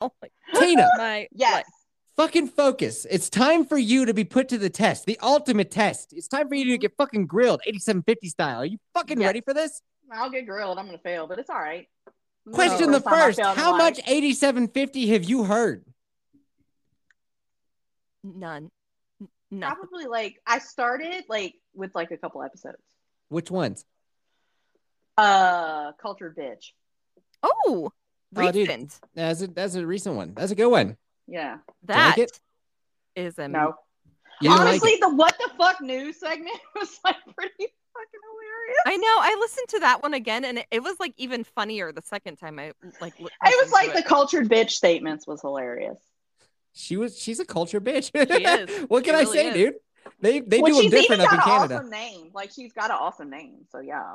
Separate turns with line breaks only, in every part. Oh Dana,
My
Yes.
fucking focus. It's time for you to be put to the test, the ultimate test. It's time for you to get fucking grilled, 8750 style. Are you fucking
Yes.
ready for this?
I'll get grilled. I'm gonna fail, but it's all right. This is
Question the
first time I
first
failed in
How
life.
much 8750 have you heard?
none. N- None.
Probably like I started like with like a couple episodes.
Which ones?
Uh, cultured bitch.
Oh,
Oh, dude.
recent.
That's a, that's a recent one. That's a good one.
Yeah.
That
it?
is a
No.
You didn't like
Honestly,
it.
the what the fuck news segment was like pretty fucking hilarious.
I know. I listened to that one again, and it, it was like even funnier the second time. I like. li-
It
listened
was like
to
the cultured bitch statements was hilarious.
she was she's a culture bitch.
She is.
what can
She
I
really
say,
is.
dude? They they
Well,
do them
she's even
different up
got
in
an
Canada.
awesome name. Like she's got an awesome name. So yeah.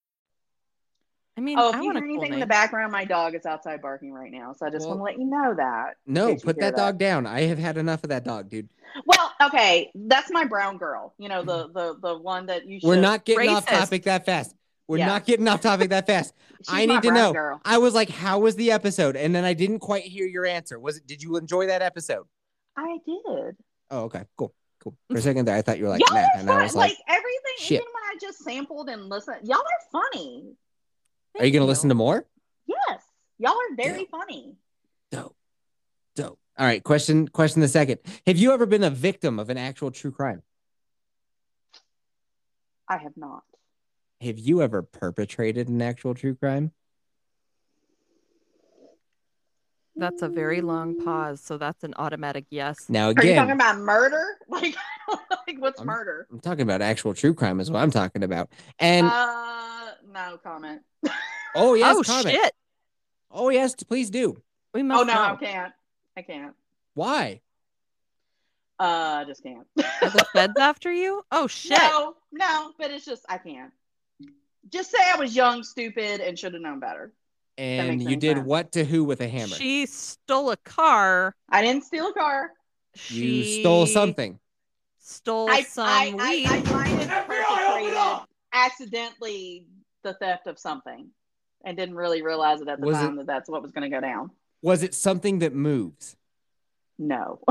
I mean,
Oh, if
I
you
want
hear
a cool
anything in the
name.
background, my dog is outside barking right now. So I just
Well-
want to let you know that. in
No,
case you
put
hear
that dog down. I have had enough of that dog, dude.
Well, okay, that's my brown girl. You know the the the one that you.
We're
should-
not getting off
Racist.
topic that fast. We're
Yeah.
not getting off topic that fast.
She's
I
my
need to
brown
know.
Girl.
I was like, "How was the episode?" And then I didn't quite hear your answer. Was it? Did you enjoy that episode?
I did.
Oh, okay, cool, cool. For a second there, I thought you were like,
y'all
nah,
are
and
fun.
I was like,
like, everything,
shit.
even when I just sampled and listened, y'all are funny.
"Are you
Thank
gonna listen to more?"
Yes, y'all are very funny.
Dope, dope. All right, question, question the second. Have you ever been a victim of an actual true crime?
I have not.
Have you ever perpetrated an actual true crime?
That's a very long pause, so that's an automatic yes.
Now
Are you
again, Um,
talking about murder? Like, like what's
I'm-
murder?
I'm talking about actual true crime is what I'm talking about. And
uh, no comment.
oh yes,
oh
comment.
shit!
Oh yes, please do.
We
Oh
must.
no, I
know.
can't. I can't.
Why?
Uh, I just can't.
Are the feds after you? Oh shit!
No, no, but it's just I can't. Just say I was young, stupid, and should have known better.
And
makes
you
any
did
sense.
what to who with a hammer?
She stole a car.
I didn't steal a car.
you
She
stole something.
Stole
I,
some
I,
weed.
I, I might have
FBI, open
perpetrated
up!
accidentally the theft of something and didn't really realize it at the
Was
time
it-
that that's what was going to go down.
Was it something that moves?
No.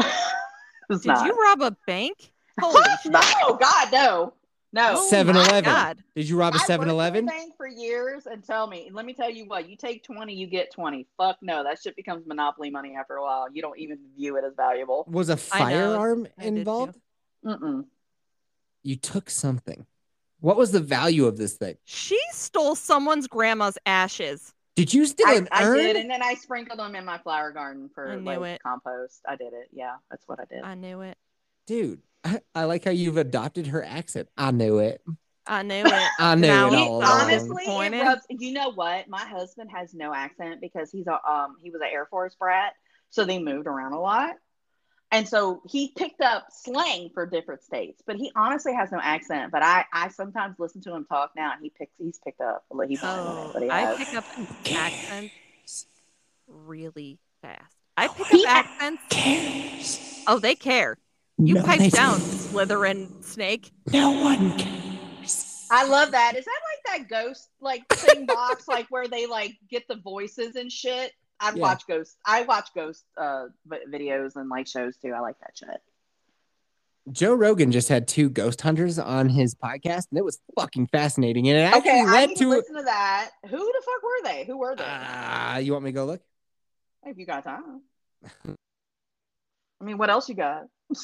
it's
Did
not.
you rob a bank? Holy shit.
no, God, no. No.
Oh my
7-Eleven.
God.
Did you rob a
I worked for
7 Eleven?
the bank for years and tell me, let me tell you what, you take 20, you get 20. Fuck no, that shit becomes monopoly money after a while. You don't even view it as valuable.
Was a firearm
I did too.
involved?
Mm-mm.
You took something. What was the value of this thing?
She stole someone's grandma's ashes.
Did you steal
I,
an
I
urn?
did, and then I sprinkled them in my flower garden
I
for
knew
like
it.
compost. I did it. Yeah, that's what I did.
I knew it.
Dude, I, I like how you've adopted her accent. I knew it.
I knew it.
I knew
Now
it
he-
all along.
honestly, it
Pointed.
rubs, you know what? My husband has no accent because he's a um he was an Air Force brat, so they moved around a lot, and so he picked up slang for different states. But he honestly has no accent. But I I sometimes listen to him talk now, and he picks he's picked up like he
Oh,
but he
I
has.
pick up accents really fast. I pick
He
up accents.
cares?
Oh, they care. You pipe down, Slytherin snake.
No one cares.
I love that. Is that like that ghost like thing box like where they like get the voices and shit? I
Yeah.
watch ghost. I watch ghost uh vi- videos and like shows too. I like that shit.
Joe Rogan just had two ghost hunters on his podcast, and it was fucking fascinating. And it actually
I
led
need to
to.
listen to that. Who the fuck were they? Who were they?
Ah, you want me to go look?
if you got time. I mean, what else you got?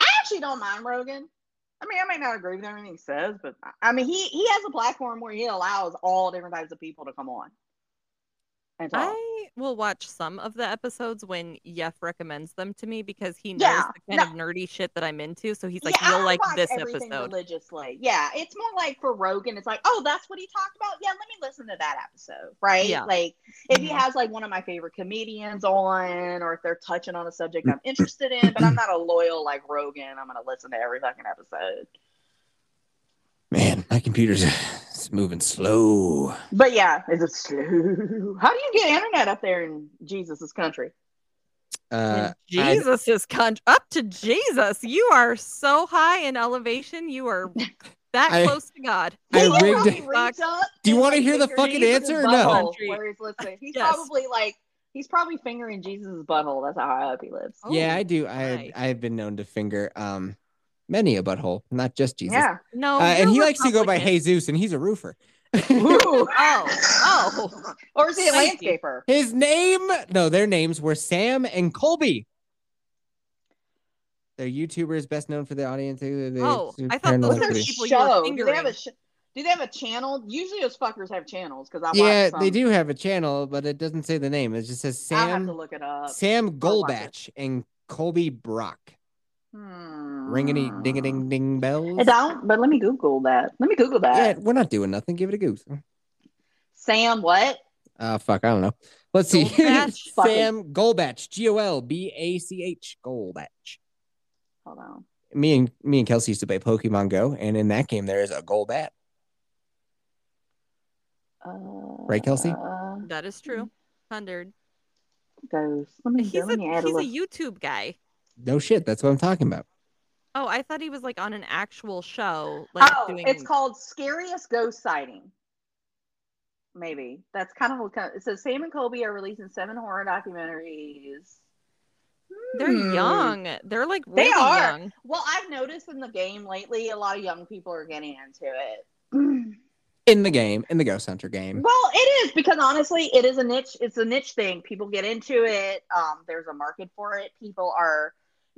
I actually don't mind Rogan. I mean, I may not agree with everything he says, but I- I mean, he he has a platform where he allows all different types of people to come on. at all.
I will watch some of the episodes when Yef recommends them to me because he knows
Yeah,
the kind of nerdy shit that I'm into. So he's like,
I
you'll like
watch
this
everything
episode.
religiously. Yeah, it's more like for Rogan, it's like, oh, that's what he talked about. Yeah, let me listen to that episode, right?
Yeah.
Like if he
Mhm.
has like one of my favorite comedians on, or if they're touching on a subject I'm interested in, but I'm not a loyal like Rogan. I'm gonna listen to every fucking episode.
Man, my computer's it's moving slow.
But yeah, it's a slow. How do you get internet up there in Jesus' country?
Uh, I-
Jesus is con- up to Jesus. You are so high in elevation. You are that
I-
close to God.
I
He
rigged-
probably reached up
Do you
and,
wanna
like,
hear the
fingered
fucking
Jesus'
answer or no?
butthole Where he's listening. He's
Yes.
probably like he's probably fingering Jesus' butthole. That's how high up he lives.
Uh, yeah, I
Oh,
do. I
my.
I have been known to finger um many a butthole, not just Jesus.
Yeah. Oh,
No,
Uh, and
you're
he likes to go by
Republican.
Jesus, and he's a roofer.
Ooh.
Oh, oh.
Or is he a
Spicy.
landscaper?
His name, no, their names were Sam and Colby. They're YouTubers best known for the audience.
Oh, I thought those
What's
were
their
Activity. people you were
show? Do they have
fingering.
a sh- do they have a channel? Usually those fuckers have channels because I watch
Yeah,
some.
they do have a channel, but it doesn't say the name. It just says
I have to
Sam
look it up.
Sam
I'll watch
Golbatch and Colby Brock.
Hmm.
Ring any ding a ding ding bells.
I don't. But let me Google that. Let me Google that.
Yeah, we're not doing nothing. Give it a goose.
Sam, what?
Uh fuck, I don't know. Let's see.
Goldbatch?
Sam Golbatch. G O L B A C H Golbatch.
Hold on.
Me and me and Kelsey used to play Pokemon Go, and in that game there is a Golbat.
Uh,
Right, Kelsey?
Uh,
that is true. 100.
goes. Let me.
He's
let
a,
me add
he's a
a little.
YouTube guy.
No shit, that's what I'm talking about.
Oh, I thought he was like on an actual show. Like
oh,
doing...
it's called Scariest Ghost Sighting. Maybe that's kind of what kind of, so. Sam and Colby are releasing seven horror documentaries.
They're
Hmm.
young. They're like
They
really
are.
young.
Well, I've noticed in the game lately, a lot of young people are getting into it.
In the game, in the Ghost Hunter game.
well, it is because honestly, it is a niche. It's a niche thing. People get into it. Um, there's a market for it. People are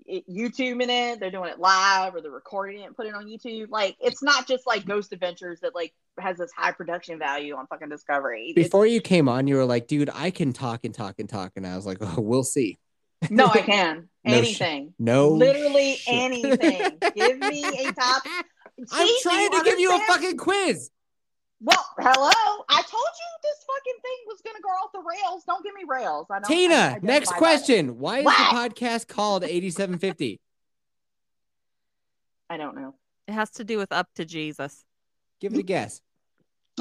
y- YouTubing it. They're doing it live, or they're recording it and putting it on YouTube. Like, it's not just like Ghost Adventures that like has this high production value on fucking Discovery. It's-
Before you came on, you were like, dude, I can talk and talk and talk. And I was like, oh, we'll see.
no, I can
No shit.
anything.
No.
Literally
shit.
anything. Give me a top.
I'm
See, do
trying to give you a
understand?
fucking quiz.
Well, hello. I told you this fucking thing was gonna go off the rails. Don't give me rails. I don't, I
Tina,
identify
next
by
question. Why is
What?
the podcast called 8750?
that. I don't know.
It has to do with up to Jesus.
give it a guess.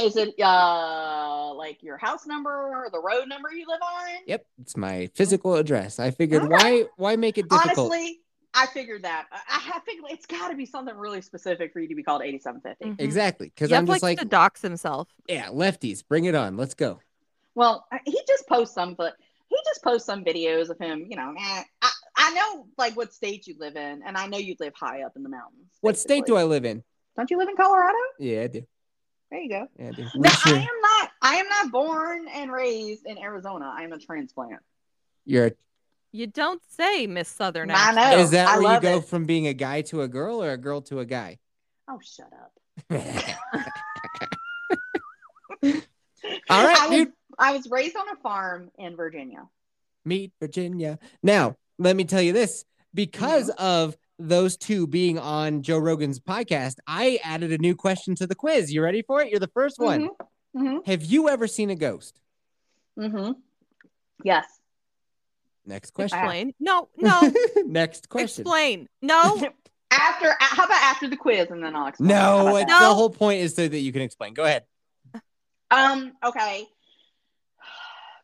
Is it uh like your house number or the road number you live on?
Yep, it's my physical address. I figured
Okay.
why why make it difficult?
Honestly, I figured that. I, I figured it's got to be something really specific for you to be called 8750.
Mm-hmm.
Mhm.
exactly. Because
Yep
I'm just
likes
like,
to dox himself.
yeah, lefties, bring it on. Let's go.
Well, I- he just posts some, but he just posts some videos of him. You know, eh, I I know like what state you live in, and I know you live high up in the mountains.
What state do I
basically.
live in?
Don't you live in Colorado?
Yeah, I do.
There you go.
Yeah, I do.
No,
What's
I
your-
am not. I am not born and raised in Arizona. I am a transplant.
You're
You don't say, Miss Southern.
I
accent.
know.
is that
Oh, I
where you
love
go
it.
from being a guy to a girl or a girl to a guy?
Oh, shut up.
All
I
right,
was,
dude.
I was raised on a farm in Virginia.
Meet Virginia. Now, let me tell you this because
Mm-hmm.
of those two being on Joe Rogan's podcast, I added a new question to the quiz. You ready for it? You're the first one.
hmm
Have you ever seen a ghost?
hmm Yes.
Next question.
Explain. No, no.
Next question.
Explain. No.
After, a- how about after the quiz, and then I'll explain. How
No,
about
it's-
that?
No.
the whole point is so that you can explain. Go ahead.
Um. Okay.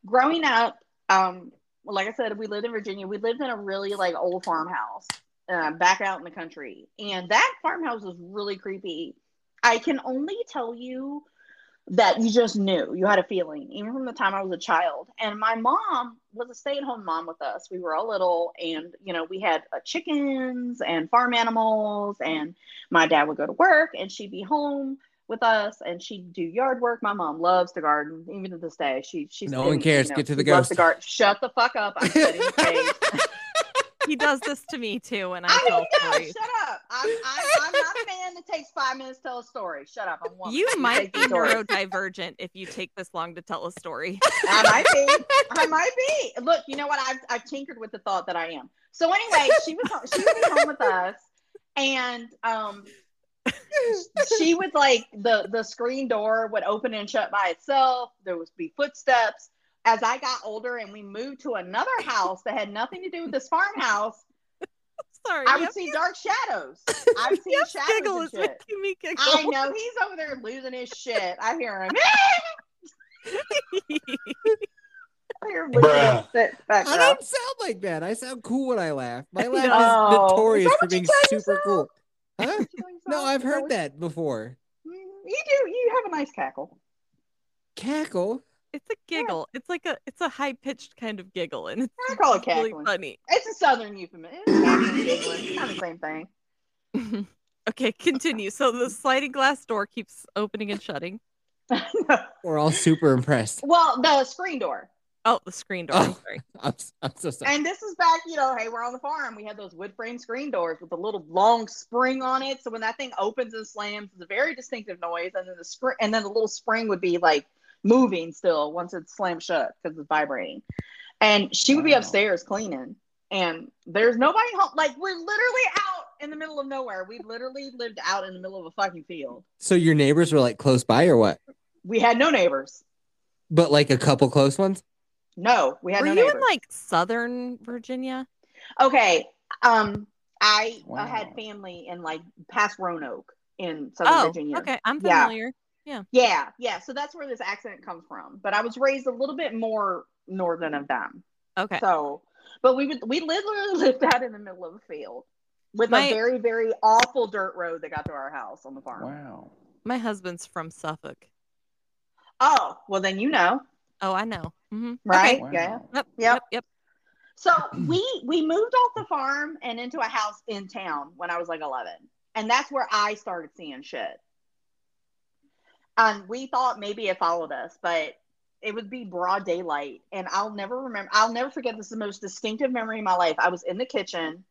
Growing up, um, well, like I said, we lived in Virginia. We lived in a really like old farmhouse, uh, back out in the country, and that farmhouse was really creepy. I can only tell you that you just knew you had a feeling, even from the time I was a child. And my mom was a stay-at-home mom with us. We were all little, and you know, we had uh, chickens and farm animals, and my dad would go to work, and she'd be home with us and she'd do yard work. My mom loves to garden, even to this day. She she's
No one
been,
cares. Get to the
she loves
ghost.
garden. Shut the fuck up. I'm getting paid.
he does this to me too, and I
I
feel
don't know.
sorry.
Shut up. I'm, I'm, I'm not a man that takes five minutes to tell a story. Shut up. I'm a woman.
You might
take
be
the story.
neurodivergent if you take this long to tell a story.
I might be. I might be. Look, you know what? I've, I've tinkered with the thought that I am. So anyway, she was home, she was home with us, and um, she would like the the screen door would open and shut by itself. There would be footsteps. As I got older and we moved to another house that had nothing to do with this farmhouse,
Sorry.
I would
yep,
see dark shadows. I would see
yep,
shadows
giggle
and
is
shit.
making me giggle.
I know he's over there losing his shit. I hear him. I hear him losing his
Bruh.
shit
I
background.
don't sound like that. I sound cool when I laugh. My laugh is
No.
notorious
Is that
for
what you
being
tell
super
yourself?
cool. Huh? No, I've
Is that
heard
what-
that before.
Mm, You do. You have a nice cackle.
Cackle.
It's a giggle. It's like a it's a high pitched kind of giggle, and it's
I call it
really
cackling.
funny.
It's a southern euphemism. It's cackling, giggling, kind of the same thing.
okay, continue. So the sliding glass door keeps opening and shutting.
We're all super impressed.
well, the screen door.
Oh, the screen door. I'm
Oh.
sorry.
I'm, s- I'm so sorry.
And this is back, you know, hey, we're on the farm. We had those wood frame screen doors with a little long spring on it. So when that thing opens and slams, it's a very distinctive noise. And then the spring, and then the little spring would be like moving still once it's slammed shut because it's vibrating. And she would be
Wow.
upstairs cleaning, and there's nobody home. Like we're literally out in the middle of nowhere. We literally lived out in the middle of a fucking field.
So your neighbors were like close by or what?
We had no neighbors.
But like a couple close ones?
No, we had
Were
no
you
neighbors.
in like Southern Virginia?
okay, um, I uh, had
Wow.
family in like past Roanoke in Southern
oh,
Virginia.
okay. I'm
Yeah.
familiar.
Yeah, yeah. So that's where this accent comes from. But I was raised a little bit more northern of them.
Okay.
So, but we would we literally lived out in the middle of a field with
My-
a very very awful dirt road that got to our house on the farm.
Wow.
My husband's from Suffolk.
Oh, well then you know,
Oh, I know. hmm
right?
Wow.
Yeah.
Yep,
Yep.
yep. Yep.
So we we moved off the farm and into a house in town when I was like 11, and that's where I started seeing shit. And we thought maybe it followed us, but it would be broad daylight, and I'll never remember. I'll never forget. This is the most distinctive memory in my life. I was in the kitchen,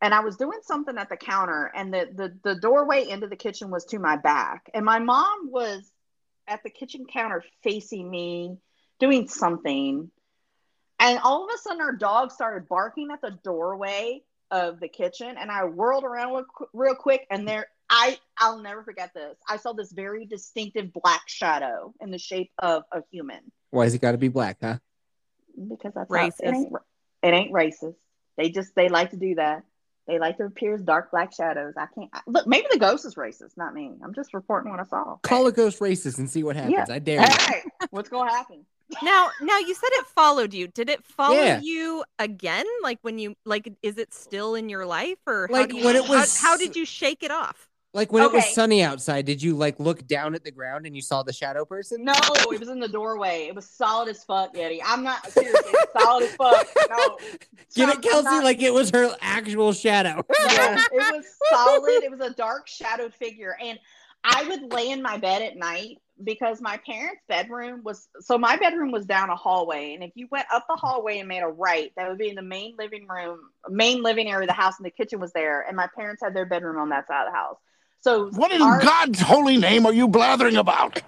and I was doing something at the counter, and the the, the doorway into the kitchen was to my back, and my mom was at the kitchen counter facing me, doing something. And all of a sudden, our dog started barking at the doorway of the kitchen, and I whirled around real qu- real quick, and there I I'll never forget this. I saw this very distinctive black shadow in the shape of a human
Why's it got to be black, huh?
because that's how-
Racist.
it, ain't, ra- it ain't racist. They just they like to do that. They like to appear as dark black shadows. I can't I, look. Maybe the ghost is racist, not me. I'm just reporting what I saw.
Call a ghost racist and see what happens. I dare you.
Hey, what's gonna happen?
Now, now you said it followed you. Did it follow
Yeah.
you again? Like when you like, is it still in your life, or how
Like,
do you,
when it
how-
was-
How, did you shake it off?
Like when it was
Okay.
sunny outside, did you like look down at the ground and you saw the shadow person?
No, it was in the doorway. It was solid as fuck, Yeti. I'm not seriously it was solid as fuck. No,
Get
I'm
it, Kelsey?
not-
Like it was her actual shadow.
No, it was solid. It was a dark shadowed figure, and I would lay in my bed at night because my parents' bedroom was so my bedroom was down a hallway, and if you went up the hallway and made a right, that would be in the main living room, main living area of the house, and the kitchen was there, and my parents had their bedroom on that side of the house. So
What in
our-
God's holy name are you blathering about?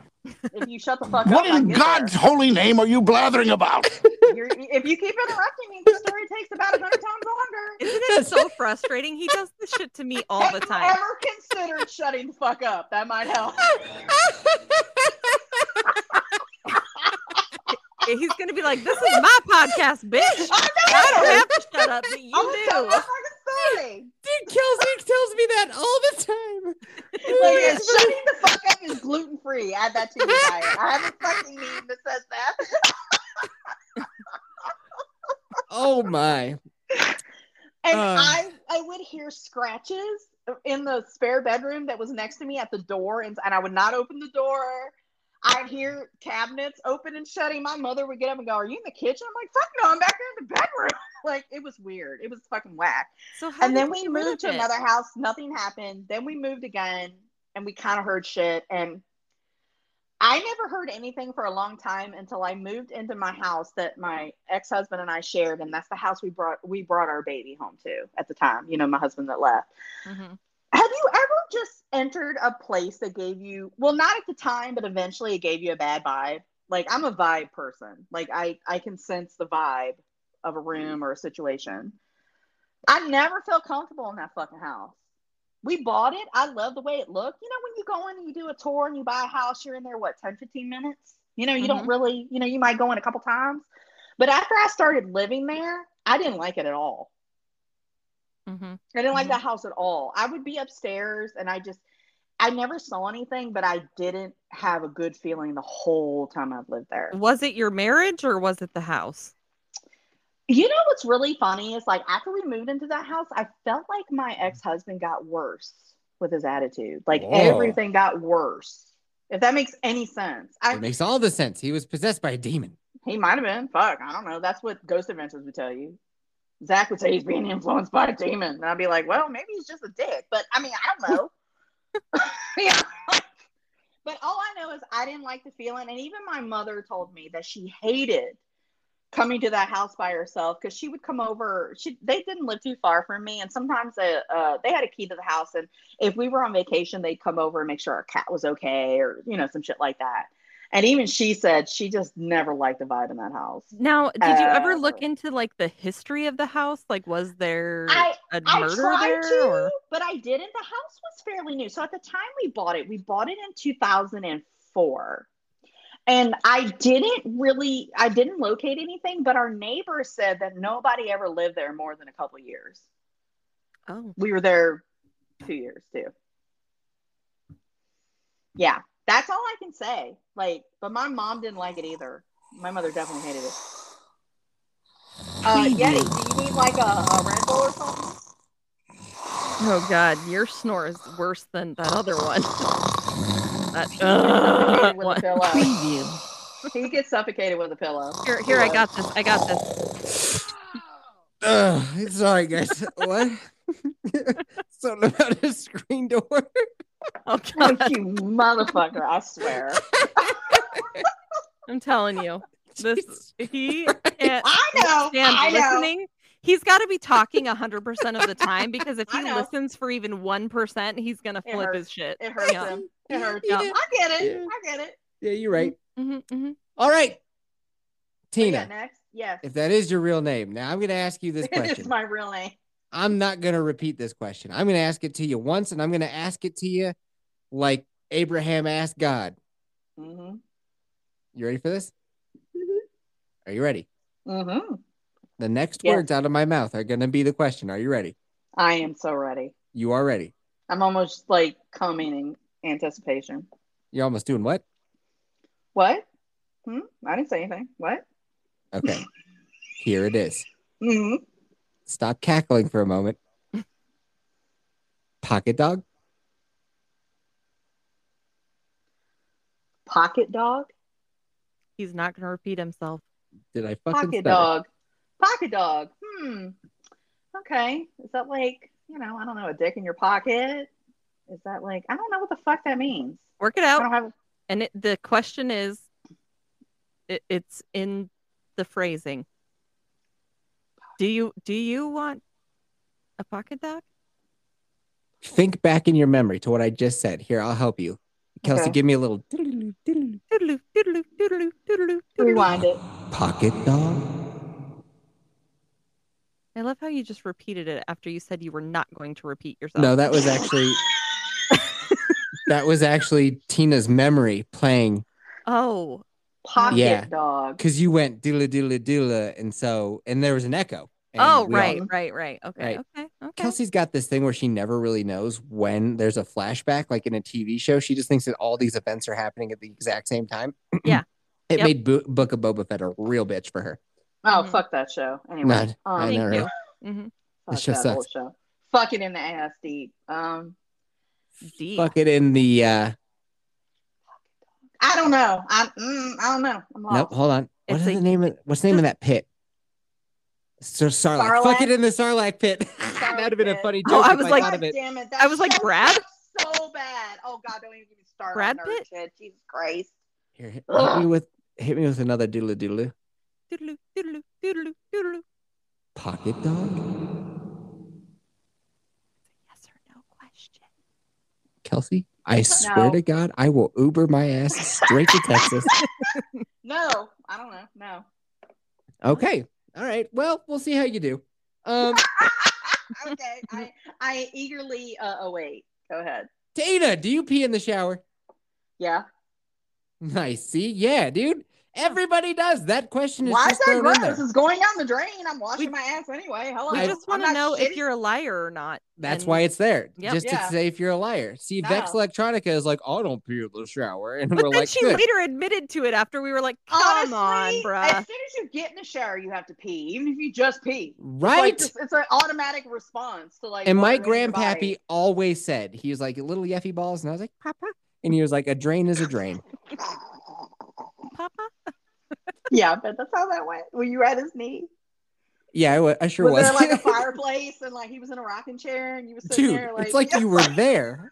if you shut the fuck up,
What
I'll
in
get there.
God's holy name are you blathering about?
You're, if you keep interrupting me, the story takes about a hundred times longer.
Isn't it so frustrating? He does this shit to me all the
Have you
time.
Ever considered shutting the fuck up? That might help.
He's gonna be like, "This is my podcast, bitch.
I
I don't have to shut up, but
I'm gonna tell
you do."
my fucking story.
Dude, Kelsey tells me that all the time.
Like, yeah, shutting the fuck up is gluten free. Add that to your diet. I have a fucking meme that says that.
oh my.
And
Uh.
I, I would hear scratches in the spare bedroom that was next to me at the door, and, and I would not open the door. I'd hear cabinets open and shutting. My mother would get up and go, "Are you in the kitchen?" I'm like, "Fuck no, I'm back there in the bedroom." Like it was weird. It was fucking whack.
So how
and
did
then
you
we
get rid
moved
of
to
it?
another house nothing happened then we moved again and we kind of heard shit and i never heard anything for a long time until i moved into my house that my ex-husband and i shared and that's the house we brought we brought our baby home to at the time you know my husband that left
Mhm.
Have you ever just entered a place that gave you, well, not at the time, but eventually it gave you a bad vibe? Like I'm a vibe person. Like I I can sense the vibe of a room or a situation. I never felt comfortable in that fucking house. We bought it. I love the way it looked. You know, when you go in and you do a tour and you buy a house, you're in there, what, 10, 15 minutes? You know, you don't really, you know, you might go in a couple times. But after I started living there, I didn't like it at all.
Mm-hmm.
I didn't like
Mhm.
that house at all. I would be upstairs and I just, I never saw anything, but I didn't have a good feeling the whole time I've lived there.
Was it your marriage or was it the house?
You know what's really funny is like after we moved into that house, I felt like my ex husband got worse with his attitude. Like
Whoa.
everything got worse. If that makes any sense,
It
I,
makes all the sense. He was possessed by a demon.
he might have been. Fuck, I don't know. That's what Ghost Adventures would tell you. Zach would say he's being influenced by a demon, and I'd be like, well, maybe he's just a dick. But I mean, I don't know. yeah. But all I know is I didn't like the feeling, and even my mother told me that she hated coming to that house by herself because she would come over. She they didn't live too far from me, and sometimes they, uh, they had a key to the house, and if we were on vacation, they'd come over and make sure our cat was okay, or you know some shit like that. And even she said she just never liked the vibe in that house.
Now, did you ever
Uh,
look into like the history of the house? Like, was there
I
a
I
murder
tried
there?
to,
or-
but I didn't. The house was fairly new. So at the time we bought it, we bought it in 2004. And I didn't really, I didn't locate anything, but our neighbor said that nobody ever lived there more than a couple years.
Oh,
We were there two years too. Yeah, that's all I can say. Like, but my mom didn't like it either. My mother definitely hated it. Uh, Yeti, do you need like a, a Red Bull or something?
oh God, your snore is worse than that other one. that
suffocated with
one.
a pillow. He gets suffocated with a pillow.
Here, here, I got this. I got this.
Ugh, it's all right, guys. what? Something about a screen door.
Oh
Like,
God,
you motherfucker, I swear.
I'm telling you, this he can't
I know.
stand
I know.
listening. He's got to be talking 100% of the time because if
I
he
know.
listens for even 1%, he's going to
It
flip
hurts.
his shit.
It hurts
Yeah.
him. It hurts
Yeah.
him. I get it.
Yeah.
I get it.
Yeah, you're right.
Mhm, mhm.
All right,
What you got
Tina.
next. Yes.
If that is your real name, now I'm going to ask you this
It is
question.
my real name.
I'm not going to repeat this question. I'm going to ask it to you once, and I'm going to ask it to you like Abraham asked God.
Mm
You ready for this?
Mhm.
Are you ready?
hmm. Mm hmm.
The next
Yes.
words out of my mouth are going to be the question. Are you ready?
I am so ready.
You are ready.
I'm almost like coming in anticipation.
You're almost doing what?
What? Hmm? I didn't say anything. What?
Okay. Here it is.
Mm
Stop cackling for a moment. Pocket dog?
hmm. Pocket dog?
He's not going to repeat himself.
Did I fucking
Pocket
stutter?
dog. Pocket dog. Hmm. Okay. Is that like, you know, I don't know, a dick in your pocket? Is that like, I don't know what the fuck that means.
Work it
I
out.
don't have,
And it, the question is it, it's in the phrasing. Do you do you want a pocket dog?
Think back in your memory to what I just said. Here, I'll help you. Kelsey,
Okay.
give me a little
Doodaloo, doodaloo, doodaloo, doodaloo, doodaloo.
rewind it.
pocket dog.
I love how you just repeated it after you said you were not going to repeat yourself.
No, that was actually that was actually Tina's memory playing
Oh,
Pocket
Yeah.
dog.
because you went doodla doodla doodla, and so and there was an echo. And
oh,
we all-
right, right, right. Okay,
Right.
okay, okay.
Kelsey's got this thing where she never really knows when there's a flashback, like in a TV show. She just thinks that all these events are happening at the exact same time.
Yeah.
it
Yep.
made Bo- Book of Boba Fett a real bitch for her.
Oh,
Mhm.
fuck that show. Anyway,
No, I
um,
know,
Thank
right?
you. Mhm.
This
fuck
show
that
sucks.
whole show. Fuck it in the ass deep. Um,
D.
Fuck it in the uh,
I don't know. I, mm, I don't know. I'm
Nope,
lost.
hold on. What
It's
is
like-
the name of what's the name of that pit? So Sarlacc.
Sarlacc?
Fuck it in the Sarlacc pit. That'd have been a
pit.
funny
Oh,
joke.
I
if
was like-
thought of
God
it.
damn it.
I was like,
that show
Brad?
sucks so bad. Oh God, don't even get me started.
Brad
on nerd
Pitt?
shit. Jesus Christ.
Here, hit, hit
Ugh.
me with hit me with another doodle doodle.
Doodaloo, doodaloo, doodaloo, doodaloo.
Pocket dog.
Yes or no question.
Kelsey, I swear
No.
to God, I will Uber my ass straight to Texas.
No, I don't know. No.
Okay. All right. Well, we'll see how you do. Um,
okay. I, I eagerly uh, await. Go ahead.
Dana, do you pee in the shower?
Yeah.
Nice. See, yeah, dude. Everybody does. That question is
Why is
just
that
thrown in
gross?
there.
It's going down the drain. I'm washing
We-
my ass anyway. Hello.
We
I-
just
I'm
want to
not
know if
shitty.
you're a liar or not.
That's
and-
why it's there,
Yep.
just
Yeah.
to say if you're a liar. See,
No.
Vex Electronica is like, I don't pee in the shower, and
But
we're
then
like,
she
good.
later admitted to it after we were like,
Honestly,
"Come on,
as
bruh."
soon as you get in the shower, you have to pee, even if you just pee. It's
right?
Like just, it's an automatic response to like.
and my
whatever in your
grandpappy
body.
always said he was like little yeffy balls, and I was like, Papa, and he was like, a drain is a drain.
Papa.
Yeah, but that's how that went. Were you at his knee?
Yeah, I wa- I sure
was,
was.
there like a fireplace and like he was in a rocking chair and you were sitting
Dude,
there like
it's like you were there.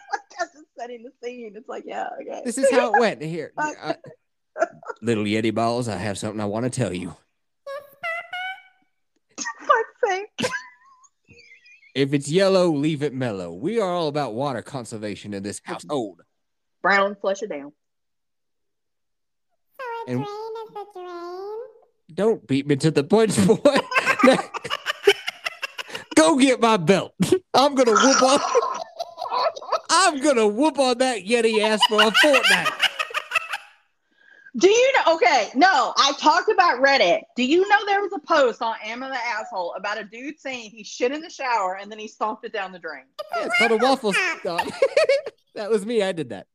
I'm just setting the scene. It's like yeah, okay.
This is how it went. Here,
Fuck.
uh, little yeti balls, I have something I want to tell you.
Fuck's sake.
If it's yellow, leave it mellow. We are all about water conservation in this household.
Brown, flush it down.
And- Don't beat me to the punch, boy. Go get my belt. I'm gonna whoop on. I'm gonna whoop on that yeti ass for a fortnight.
Do you know? Okay, no, I talked about Reddit. Do you know there was a post on Am I the Asshole about a dude saying he shit in the shower and then he stomped it down the drain?
Yeah, it's called a waffle stop. that was me. I did that.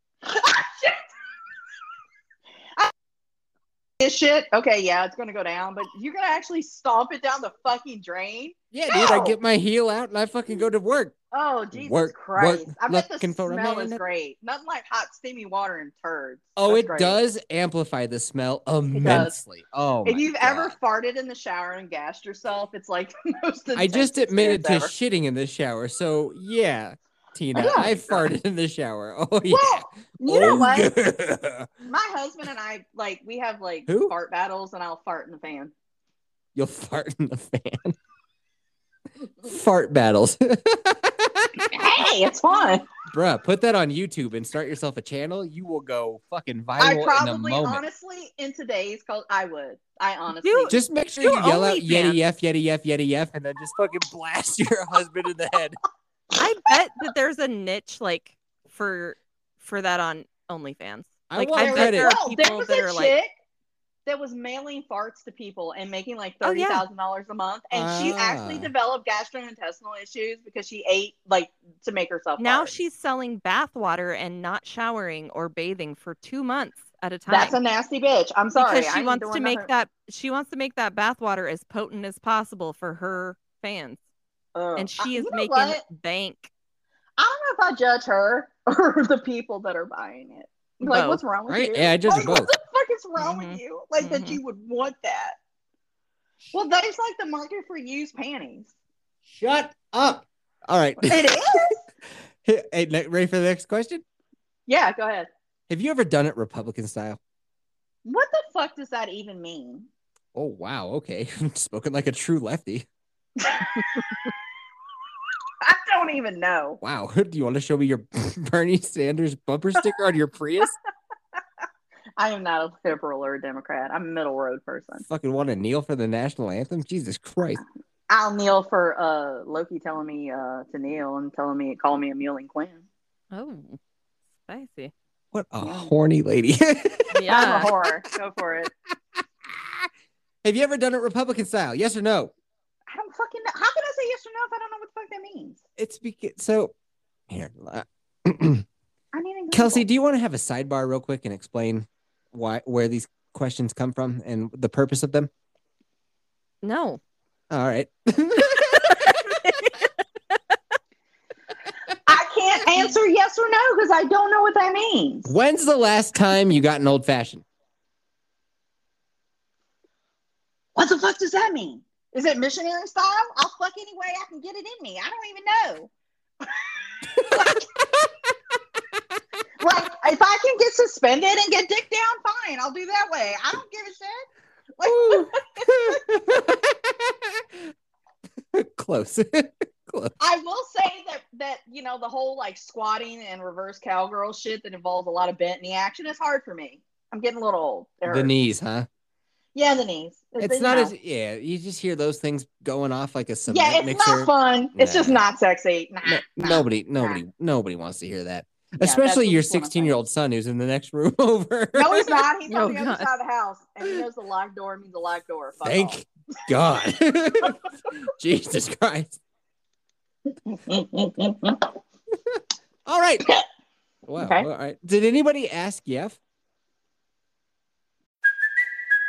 This shit, okay, yeah, it's gonna go down, but you're gonna actually stomp it down the fucking drain?
Yeah, dude. I
No.
get my heel out and I fucking go to work.
Oh, Jesus
Work,
Christ.
work,
I bet the
looking for a
smell
man
is
that-
great. Nothing like hot, steamy water and turds.
Oh,
That's
it
great.
does amplify the smell immensely. Oh,
If
my
you've
God.
ever farted in the shower and gassed yourself, it's like the most.
I just
intense
admitted to
experience ever.
shitting in the shower. So yeah, Tina,
Yeah.
I farted in the shower. Oh yeah.
You know
Oh,
what?
yeah.
My husband and I like we have like
Who?
fart battles, and I'll fart in the fan.
You'll fart in the fan. fart battles.
hey, it's fun.
Bruh, put that on YouTube and start yourself a channel. You will go fucking
I
viral in a
probably,
moment.
honestly, in today's cult, I would. I honestly
Dude.
just make sure
Do
you yell out
OnlyFans.
yeti f yeti f yeti f and then just fucking blast your husband in the head.
I bet that there's a niche like for for that on OnlyFans.
I
Like,
want
I
there
bet
credit.
there are
was, no, Oh, there
people
was
that
a
are
chick
like-
that was mailing farts to people and making like
Oh,
thirty
yeah.
thousand dollars a month, and she actually
Ah.
developed gastrointestinal issues because she ate like to make herself.
Now
fart.
she's selling bath water and not showering or bathing for two months at a time.
That's a nasty bitch. I'm sorry.
because
I
she
ain't
wants
doing
to make
nothing-
that she wants to make that bath water as potent as possible for her fans,
Ugh.
and
I-
she
you
is
know
making
what?
bank.
I don't know if I judge her or the people that are buying it. Like,
Both,
what's wrong with
right?
you?
Yeah, I judge
Like,
them both.
What the fuck is wrong
Mhm.
with you? Like that
Mhm.
you would want that. Well, that is like the market for used panties.
Shut up. All right.
It is.
Hey, ne- ready for the next question?
yeah, go ahead.
Have you ever done it Republican style?
What the fuck does that even mean?
Oh wow, okay. Spoken like a true lefty.
I don't even know.
Wow. Do you want to show me your Bernie Sanders bumper sticker on your Prius?
I am not a liberal or a Democrat. I'm a middle road person.
Fucking want to kneel for the national anthem? Jesus Christ.
I'll kneel for uh, Loki telling me uh, to kneel and telling me call me a mule and Quinn.
Oh, spicy!
What a
Yeah.
horny lady.
I'm
Yeah,
a whore. Go for it.
Have you ever done it Republican style? Yes or no?
I don't fucking know. How can I say yes or no if I don't know what the fuck that means?
It's because so here. uh,
I need an
Kelsey,
example.
do you want to have a sidebar real quick and explain why where these questions come from and the purpose of them?
no,
All right.
I can't answer yes or no because I don't know what that means.
When's the last time you got an old fashioned?
What the fuck does that mean? Is it missionary style? I'll fuck any way I can get it in me. I don't even know. like, like, if I can get suspended and get dick down, fine. I'll do that way. I don't give a shit. Like,
Close. Close.
I will say that that you know, the whole like squatting and reverse cowgirl shit that involves a lot of bent knee action is hard for me. I'm getting a little old. It
The
hurts.
knees, huh?
Yeah, the knees.
It's
you
not
know.
as yeah. You just hear those things going off like a cement
yeah, it's
mixer.
not fun. It's just
Nah.
not sexy. Nah,
No-
nah.
nobody, nobody, nobody wants to hear that.
Yeah, that's
Especially
what
your
people wanna say.
16 year old son who's in the next room over.
No, he's not. He's
Oh,
on the other
God.
side of the house, and he knows the locked door means a locked door. Fuck
Thank God. Jesus Christ.
off.
All right. Wow.
Okay.
All right. Did anybody ask Yef?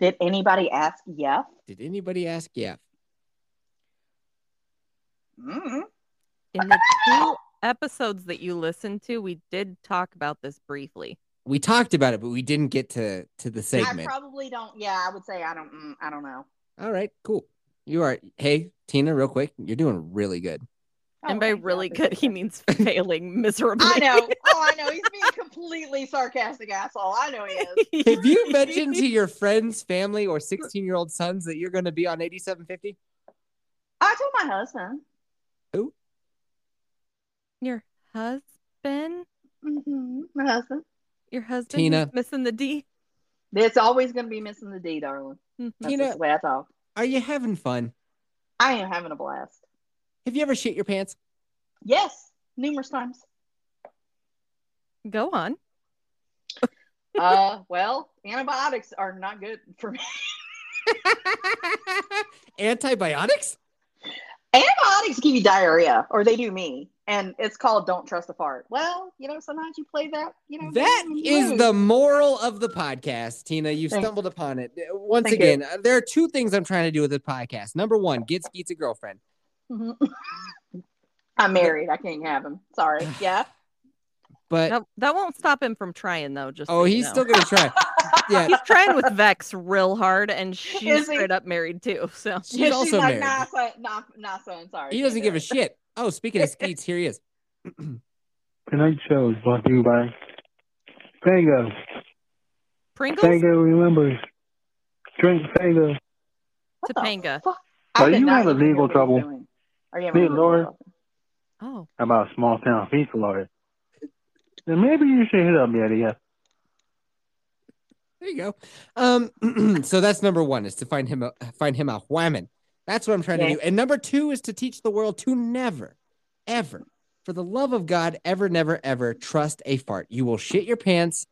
Did anybody ask? Yeah.
Did anybody ask Yef?
Mm.
In the two episodes that you listened to, we did talk about this briefly.
We talked about it, but we didn't get to to the
I
segment.
probably don't. Yeah, I would say I don't. Mm, I don't know.
All right. Cool. You are. Hey, Tina, real quick. You're doing really good.
and by
thank you.
really good, he means failing miserably.
I know. Oh, I know. He's being completely sarcastic asshole. I know he is.
Have you mentioned to your friends, family, or 16 year old sons that you're going to be on 8750?
I told my husband.
your husband?
Mm-hmm.
hmm My husband.
Your husband
Tina.
who's missing the D?
It's always going to be missing the D, darling.
Mhm.
That's
Tina-
just the way I talk.
Are you having fun?
I am having a blast.
Have you ever shit your pants?
Yes, numerous times.
Go on.
uh, well, antibiotics are not good for me.
Antibiotics?
Antibiotics give you diarrhea, or they do me, and it's called "Don't Trust a Fart." Well, you know, sometimes you play that. You know,
That
game and you
is
lose.
the moral of the podcast, Tina. You've
Thanks.
stumbled upon it. Once
Thank
again, uh, there are two things I'm trying to do with the podcast. Number one, get Skeets a girlfriend.
Mhm. I'm married. I can't have him. Sorry. Yeah.
But
That, that won't stop him from trying though. Just
oh,
so you
he's
know.
still going to try. Yeah.
he's trying with Vex real hard, and she's
Is he?
straight up married too. So
She's also married.
Nah, son, nah, nah, son. Sorry.
he
can't
doesn't
do
give a
it."
shit. Oh, speaking of Skeets, here he is.
Tonight show is brought to you by Fango.
Pringles
Fango remembers. Drink Fango.
What the
Topanga.
fuck? I
Are
did
you
not
having
even hear
legal
what you're
trouble?
doing. Are you
Me
having
and
legal
Laura?
trouble?
Oh,
About small town pizza lawyer. Then maybe you should hit up E Yeti. Yeah.
There you go. Um, so that's number one is to find him a find him a whammon. That's what I'm trying to
Yeah.
do. And number two is to teach the world to never, ever, for the love of God, ever, never, ever trust a fart. You will shit your pants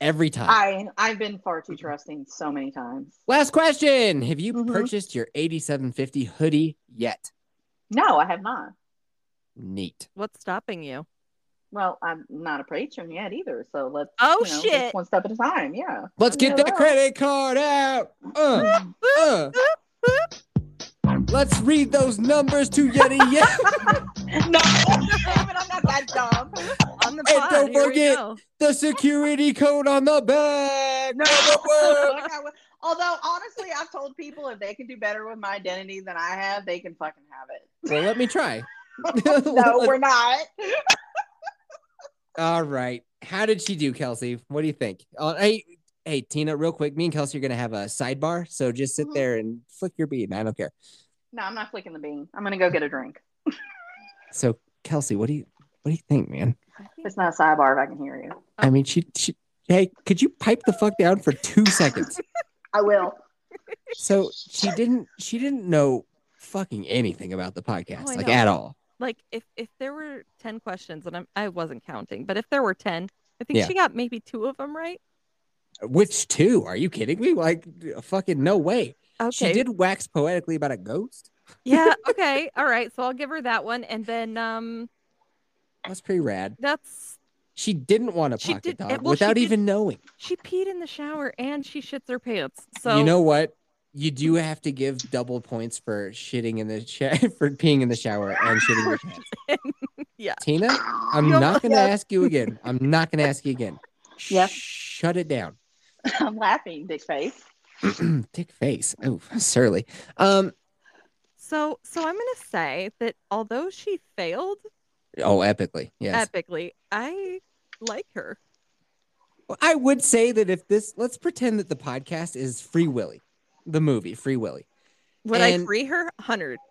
every time.
I I've been far too trusting so many times.
Last question: Have you
Mhm.
purchased your 8750 hoodie yet?
No, I have not.
Neat.
what's stopping you?
Well, I'm not a patron yet either. So let's.
Oh,
you know,
shit.
it's One step at a time. Yeah.
Let's get
Yeah.
that credit card out. Uh, uh. Let's read those numbers to Yeti. Yeti.
No, damn it, I'm not that dumb.
On the
Hey,
pod,
don't
here we
forget-
go.
the security code on the back.
No. Like I would- Although honestly, I've told people if they can do better with my identity than I have, they can fucking have it.
Well, let me try.
no, we're not.
All right. How did she do, Kelsey? What do you think? Uh, hey, hey, Tina, real quick. Me and Kelsey are gonna have a sidebar, so just sit
Mhm.
there and flick your bean. I don't care.
No, I'm not flicking the bean. I'm gonna go get a drink.
So, Kelsey, what do you what do you think, man?
I think-
It's not a sidebar if I can hear you.
I mean, she she. Hey, could you pipe the fuck down for two seconds?
I will.
So she didn't she didn't know fucking anything about the podcast,
I
like
know.
at all.
like if if there were 10 questions and I'm, i wasn't counting but if there were 10 i think
Yeah.
she got maybe two of them right
Which two? Are you kidding me? Like, fucking no way.
okay
She did wax poetically about a ghost.
yeah okay all right so i'll give her that one and then um
That's pretty rad.
that's
She didn't want a
She
pocket
did-
dog
well, she
without
did-
even knowing.
she peed in the shower and she shits her pants so
you know what? you do have to give double points for shitting in the sh- for peeing in the shower and shitting your pants.
Yeah.
Tina, I'm
You
not going to
Yes.
ask you again. I'm not going to ask you again.
Yes.
Shut it down.
I'm laughing, dick face.
Dick face. Oh, surly. Um.
So so I'm gonna say that although she failed
Oh, epically. Yes.
epically, I like her.
I would say that if this, let's pretend that the podcast is Free Willy, the movie Free Willy.
Would I
And-
free her? Hundred.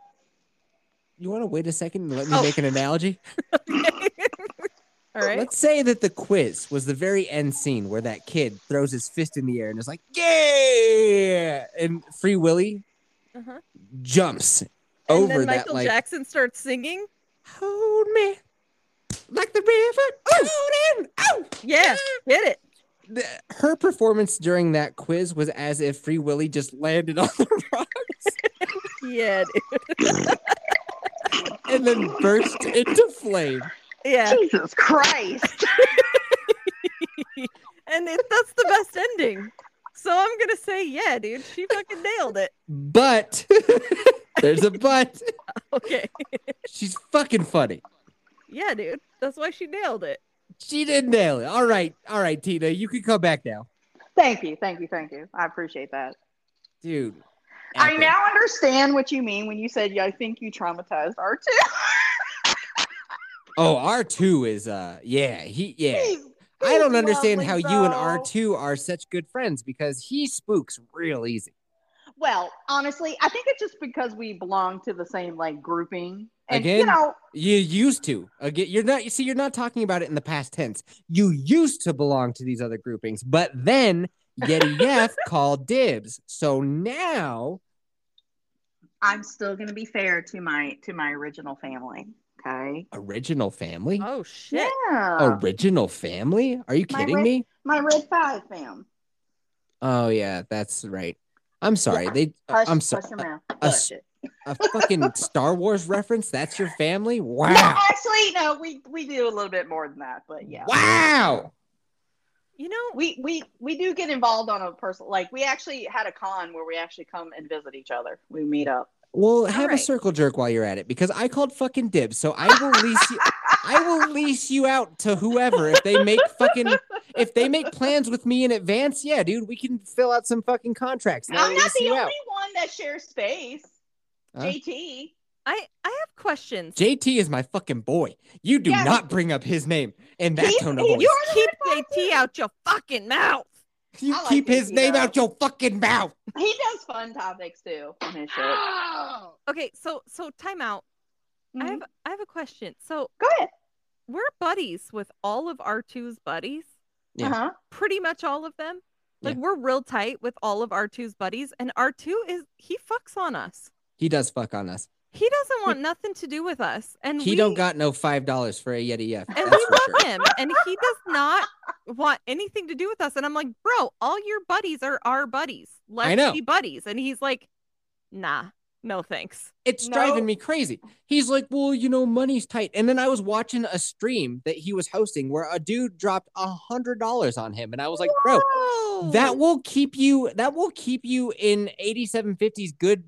You want to wait a second and let me
Oh.
make an analogy?
All right.
Let's say that the quiz was the very end scene where that kid throws his fist in the air and is like, "Yeah!" and Free Willy
Uh-huh.
jumps
And
over
then
that
Michael
like,
Jackson starts singing.
"Hold me like the river, hold in, oh!"
Yeah, get it.
The- Her performance during that quiz was as if Free Willy just landed on the rocks.
Yeah, dude.
and then burst into flame.
yeah.
Jesus Christ.
And it, that's the best ending. So I'm gonna say, yeah, dude, she fucking nailed it.
But there's a but.
Okay.
She's fucking funny.
Yeah, dude. That's why she nailed it.
She didn't nail it. All right. All right, Tina. You can come back now.
thank you, thank you, thank you. I appreciate that.
Dude.
I
epic.
now understand what you mean when you said, "Yeah, I think you traumatized R two.
Oh, R2 is uh yeah, he yeah. I don't understand how you and R2 are such good friends because he spooks real easy.
Well, honestly, I think it's just because we belong to the same like grouping, and you
Again?
know,
You used to. Again, you're not you see, you're not talking about it in the past tense. You used to belong to these other groupings, but then Yeti Yef called dibs. So now
I'm still gonna be fair to my to my original family. Okay.
Original family?
Oh shit.
Yeah.
Original family? Are you
Uh-huh. My
kidding
red-
me?
my red five fam.
Oh yeah, that's right. I'm sorry.
Yeah.
They
Hush,
Uh, I'm sorry. uh,
Hush your mouth.
s-
Hush it.
A fucking Star Wars reference? That's your family? Wow.
No, actually, no. We we do a little bit more than that, but yeah.
Wow.
You know,
We we we do get involved on a personal. Like we actually had a con where we actually come and visit each other. We meet up.
Well, have a
right.
circle jerk while you're at it because I called fucking dibs. So I will lease you I will lease you out to whoever if they make fucking if they make plans with me in advance. Yeah, dude, we can fill out some fucking contracts. and I'll
I'm not
lease
the
you
only
out.
one that shares space.
Huh?
JT.
I I have questions.
JT is my fucking boy. You do
Yeah.
not bring up his name in that
He's-
tone of
he-
voice.
you
You're the
keep
red
JT out your fucking mouth.
You
I like
keep
it,
his
you
name
know.
out your fucking mouth.
He does fun topics too. on his shit.
Okay, so so time out. I
Mhm.
have I have a question. So
Go ahead.
we're buddies with all of R2's buddies.
Yeah.
Uh huh.
Pretty much all of them. Like
Yeah.
we're real tight with all of R2's buddies, and R2 is he fucks on us.
He does fuck on us.
He doesn't want nothing to do with us. And
He
we,
don't got no five dollars for a Yeti F.
and
That's
we
for
love
sure.
him and he does not want anything to do with us and i'm like bro all your buddies are our buddies let's
I know.
be buddies and he's like nah no thanks
It's
No.
driving me crazy. He's like, well, you know, money's tight. And then I was watching a stream that he was hosting where a dude dropped a hundred dollars on him, and I was like, bro, that will keep you. That will keep you in eighty-seven fifties good,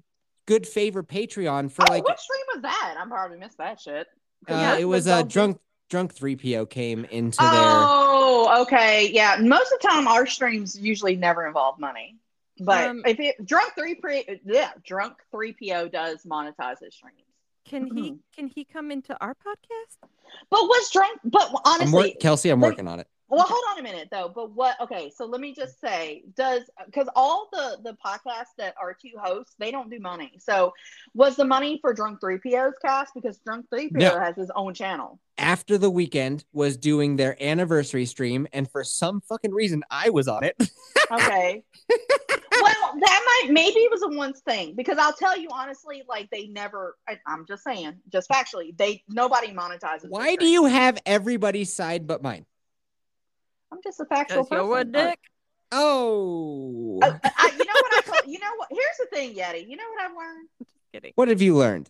good favor Patreon for
Oh,
like
what stream was that? I probably missed that shit.
Uh,
Yeah,
it
but
was uh,
don't be-
drunk drunk 3PO came into
Oh, okay. Yeah. Most of the time, our streams usually never involve money. But
Um,
if it drunk three pre yeah drunk three PO does monetize his streams.
can he can he come into our podcast
But what's drunk? But
their I'm wor-
honestly,
Kelsey, I'm
Wait.
working on it.
well, hold on a minute though. But what? Okay, so let me just say, does because all the the podcasts that are two hosts, they don't do money. So was the money for drunk three PO's cast because drunk three PO
No.
has his own channel.
After the weekend was doing their anniversary stream, and for some fucking reason I was on it.
Okay. well, that might maybe it was a once thing because I'll tell you honestly, like they never. I, I'm just saying, just factually, they nobody monetizes.
Why
their
do you have everybody's side but mine?
stream. I'm just a factual
because
person.
you're a dick
Oh,
I, I- you know what I call, You know what? Here's the thing, Yeti. You know what I've learned.
kidding
what have you learned?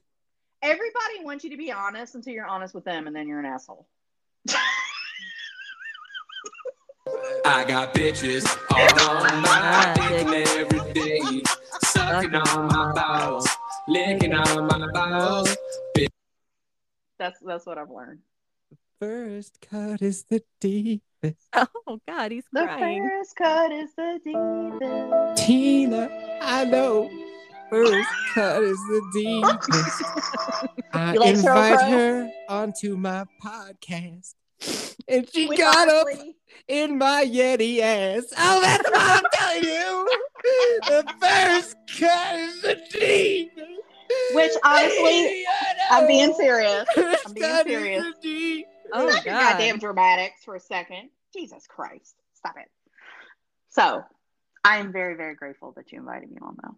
Everybody wants you to be honest until you're honest with them, and then you're an asshole.
I got bitches all on my
dick
dick and everything. So Sucking on my balls. Licking on my balls.
That's that's what I've learned.
First cut is the deepest.
Oh God, he's
The
crying.
first cut is the deepest.
Tina, I know. First cut is the deepest. I
You like Cheryl
invite
Crow?
her onto my podcast. And she got up in my Yeti ass. Oh, that's what I'm telling you. The first cut is the deepest.
Which, honestly, I'm being serious.
First
I'm being
cut is
serious.
the deepest.
Oh
Stop your goddamn
God.
dramatics for a second. Jesus Christ. Stop it. So I am very, very grateful that you invited me on though.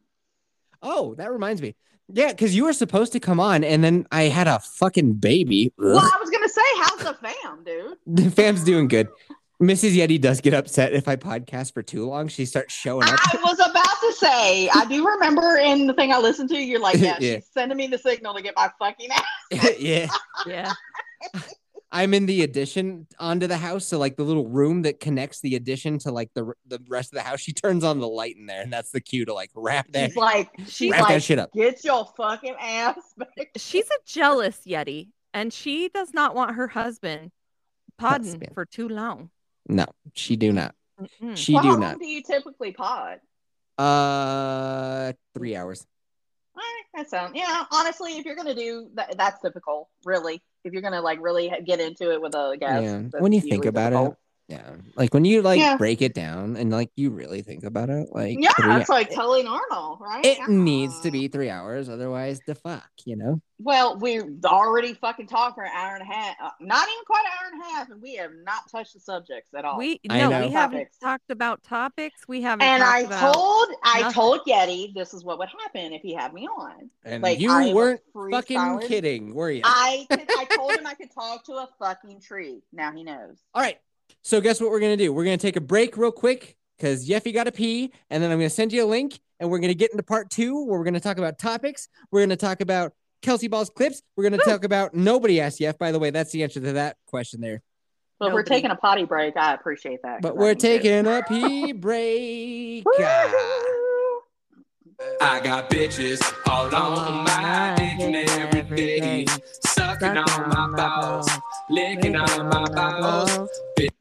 Oh, that reminds me. Yeah, because you were supposed to come on, and then I had a fucking baby.
Well,
Ugh.
I was gonna say, how's the fam, dude?
The fam's doing good. Mrs. Yeti does get upset if I podcast for too long. She starts showing up.
I was about to say, I do remember in the thing I listened to, you're like, yeah,
Yeah.
she's sending me the signal to get my fucking ass.
yeah.
Yeah.
I'm in the addition onto the house. So, like the little room that connects the addition to like the, the rest of the house, she turns on the light in there, and that's the cue to like wrap that,
She's like, she's
wrap that
like,
shit up.
get your fucking ass back.
She's a jealous Yeti, and she does not want her husband podding
Husband.
for too long.
No, she do not.
Mm-mm.
She
well, how
do
long
not.
do you typically pod?
Uh, three hours.
All right, that sounds yeah. Honestly, if you're gonna do that, that's typical. Really, if you're gonna like really get into it with a guest,
Yeah,
that's
when you
usually
think about it,
typical.
Yeah. Like when you like
Yeah.
break it down and like you really think about it, like
yeah,
three-
it's like Tully Arnold, right?
it needs to
Yeah.
be three hours, otherwise the fuck, you know?
Well, we're already fucking talking for an hour and a half, uh, not even quite an hour and a half, and we have not touched the subjects at all.
We
I
no,
know.
we haven't
Topics.
talked about topics. We haven't.
and
talked
I
about-
told, I
nothing.
told Yeti this is what would happen if he had me on.
And
Like,
you
I am a
weren't fucking
freestyling-
kidding, were you?
I could, I told him I could talk to a fucking tree. Now he knows.
All right. So guess what we're gonna do? We're gonna take a break real quick because Jeffy got to pee, and then I'm gonna send you a link, and we're gonna get into part two where we're gonna talk about topics. We're gonna talk about Kelsey Ball's clips. We're gonna talk about nobody asked Jeff. By the way, that's the answer to that question there.
But we're
Nobody.
taking a potty break. I appreciate that. 'cause
But
I
we're
need to.
taking a pee break.
Woo-hoo.
I got bitches all
Oh,
on my dick and every day. Sucking on my balls. Licking on my balls.